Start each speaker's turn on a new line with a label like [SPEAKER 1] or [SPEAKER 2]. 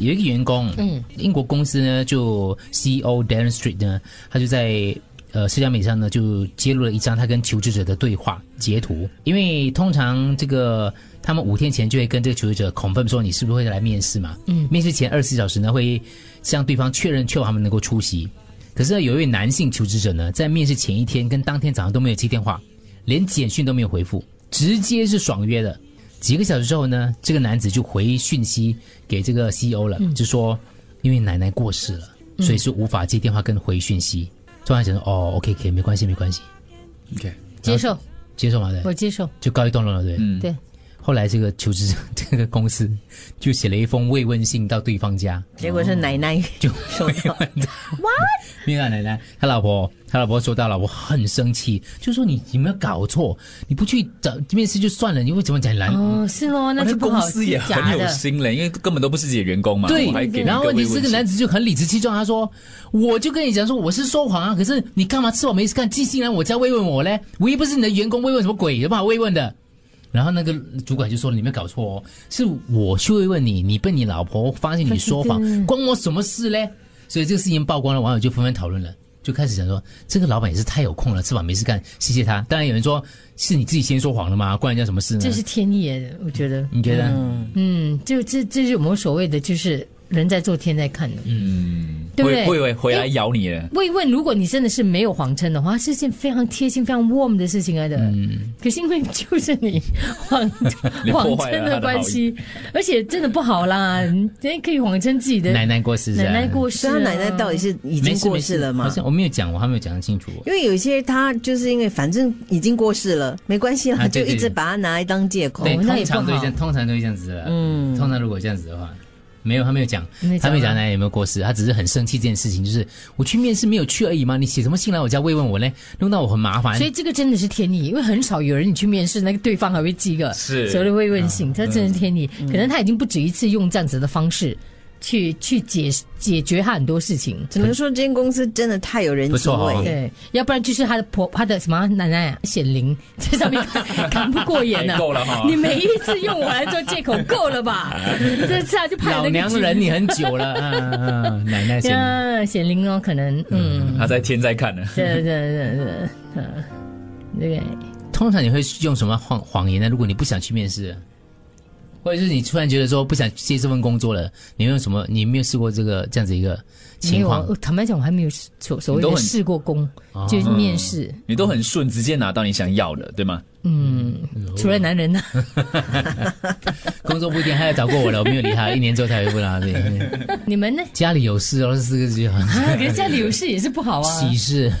[SPEAKER 1] 有一个员工，嗯，英国公司呢就 CEO Darren Street 呢，他就在呃社交媒体上呢就揭露了一张他跟求职者的对话截图，因为通常这个他们五天前就会跟这个求职者 confirm 说你是不是会来面试嘛，嗯，面试前二十四小时呢会向对方确认确保他们能够出席，可是呢有一位男性求职者呢在面试前一天跟当天早上都没有接电话，连简讯都没有回复，直接是爽约的。几个小时之后呢，这个男子就回讯息给这个 CEO 了，就说因为奶奶过世了，所以是无法接电话跟回讯息。突然想说，哦，OK，可以，没关系，没关系，
[SPEAKER 2] OK，
[SPEAKER 3] 接受，
[SPEAKER 1] 接受嘛，对，
[SPEAKER 3] 我接受。
[SPEAKER 1] 就告一段落了，对。
[SPEAKER 2] 嗯，
[SPEAKER 3] 对，
[SPEAKER 1] 后来这个求职者这个公司就写了一封慰问信到对方家，
[SPEAKER 3] 结果
[SPEAKER 2] 哦
[SPEAKER 3] 是奶奶
[SPEAKER 1] 就
[SPEAKER 3] 收到，
[SPEAKER 1] 因为他奶奶，他老婆，他老婆收到了，我很生气，就说你有没有搞错？你不去找面试就算了，你为什么讲来？
[SPEAKER 3] 哦，是哦，那
[SPEAKER 2] 那
[SPEAKER 3] 就不
[SPEAKER 2] 公
[SPEAKER 3] 好
[SPEAKER 2] 司也
[SPEAKER 3] 是假
[SPEAKER 2] 很有
[SPEAKER 3] 的。
[SPEAKER 2] 心嘞，因为根本都不是自己的员工嘛，
[SPEAKER 1] 对
[SPEAKER 2] 我 还给，你
[SPEAKER 1] 然后
[SPEAKER 2] 一个
[SPEAKER 1] 问题
[SPEAKER 2] 慰
[SPEAKER 1] 是，这
[SPEAKER 2] 问
[SPEAKER 1] 个
[SPEAKER 2] 信
[SPEAKER 1] 男子就很理直气壮，他说：“我就跟你讲说我是说谎啊，可是你干嘛吃我没事干，寄信来我家慰问我嘞？我又不是你的员工，慰问什么鬼？有办法慰问的？”然后那个主管就说：“你没有搞错哦，是我去慰问你，你被你老婆发现你说谎
[SPEAKER 3] 发现，
[SPEAKER 1] 关我什么事嘞？”所以这个事情曝光了，网友就纷纷讨论了。就开始想说，这个老板也是太有空了，吃饱没事干，谢谢他。当然有人说，是你自己先说谎了嘛，关人家什么事呢？
[SPEAKER 3] 这是天意耶，我觉得，
[SPEAKER 1] 你觉得？
[SPEAKER 3] 嗯，就这这是我们所谓的，就是人在做天在看的，嗯，对不
[SPEAKER 2] 会
[SPEAKER 3] 对？
[SPEAKER 2] 会会回来咬你了。
[SPEAKER 3] 慰问，如果你真的是没有谎称的话，是件非常贴心、非常 warm 的事情来的。可是因为就是你谎
[SPEAKER 2] 嗯 你破
[SPEAKER 3] 谎
[SPEAKER 2] 坏了
[SPEAKER 3] 称
[SPEAKER 2] 他的
[SPEAKER 3] 关
[SPEAKER 2] 好意
[SPEAKER 3] 系，而且真的不好啦，你你可以谎称自己的
[SPEAKER 1] 奶奶过世是吧，
[SPEAKER 3] 奶奶过世、
[SPEAKER 4] 所以
[SPEAKER 3] 啊，
[SPEAKER 4] 他奶奶到底是已
[SPEAKER 1] 没
[SPEAKER 4] 经
[SPEAKER 1] 事
[SPEAKER 4] 过
[SPEAKER 1] 没
[SPEAKER 4] 世了
[SPEAKER 1] 好
[SPEAKER 4] 嘛？
[SPEAKER 1] 像我没有讲，我还没有讲清楚。
[SPEAKER 4] 因为有些他就是因为反正已经过世了，没关系啦，
[SPEAKER 1] 啊对
[SPEAKER 4] 就一
[SPEAKER 1] 对
[SPEAKER 4] 直
[SPEAKER 1] 对
[SPEAKER 4] 把它拿来当借口。
[SPEAKER 1] 对，
[SPEAKER 3] 哦那
[SPEAKER 1] 通
[SPEAKER 3] 也
[SPEAKER 1] 常
[SPEAKER 3] 不
[SPEAKER 1] 都会
[SPEAKER 3] 好
[SPEAKER 1] 这样，通常都会这样子的。嗯，通常如果这样子的话，没有，他没有讲
[SPEAKER 3] 没，
[SPEAKER 1] 他没有
[SPEAKER 3] 讲啊
[SPEAKER 1] 讲奶奶有没有过世，他只是很生气这件事情，就是我去面试没有去而已嘛，你写什么信来我家慰问我嘞，弄到我很麻烦
[SPEAKER 3] 所。以这个真的是天意，因为很少有人你去面试，那个对方还会寄一个
[SPEAKER 2] 是
[SPEAKER 3] 所谓的慰问信，这真的是天意。可能他已经不止一次用这样子的方式去去解解决他很多事情。
[SPEAKER 4] 只能说这间公司真的太有人
[SPEAKER 1] 不
[SPEAKER 4] 情
[SPEAKER 1] 错哦
[SPEAKER 4] 味。
[SPEAKER 3] 对，要不然就是他的婆，他的什么奶奶啊，显灵在上面看不过眼 啊。
[SPEAKER 2] 哎够了哈
[SPEAKER 3] 你每一次用我来做借口，够了 吧？这次他就派了
[SPEAKER 1] 老
[SPEAKER 3] 那个
[SPEAKER 1] 娘
[SPEAKER 3] 局
[SPEAKER 1] 忍你很久了，嗯嗯，奶奶 先。
[SPEAKER 3] 啊，显灵哦，可能嗯，
[SPEAKER 2] 他在天在看呢，
[SPEAKER 3] 这这这这，嗯，对。
[SPEAKER 1] 通常你会用什么谎谎言呢？如果你不想去面试，或者是你突然觉得说不想接这份工作了，你用什么？你没有试过这个这样子一个
[SPEAKER 3] 没
[SPEAKER 1] 情
[SPEAKER 3] 有
[SPEAKER 1] 况啊
[SPEAKER 3] 啊，？我坦白讲，我还没有所所谓
[SPEAKER 2] 你都
[SPEAKER 3] 的
[SPEAKER 2] 很
[SPEAKER 3] 试过工，就是面试，
[SPEAKER 2] 你都很顺，直接拿到你想要的，对吗？
[SPEAKER 3] 嗯
[SPEAKER 1] 哦
[SPEAKER 3] 除了男人呢、
[SPEAKER 1] 工作不一定，他要找过我了，我没有理他，一年之后才回复他。对，对
[SPEAKER 3] 你 们呢？
[SPEAKER 1] 家里有事哦，这四个字就很
[SPEAKER 3] 啊，可是家里有事也是不好啊。
[SPEAKER 1] 喜事。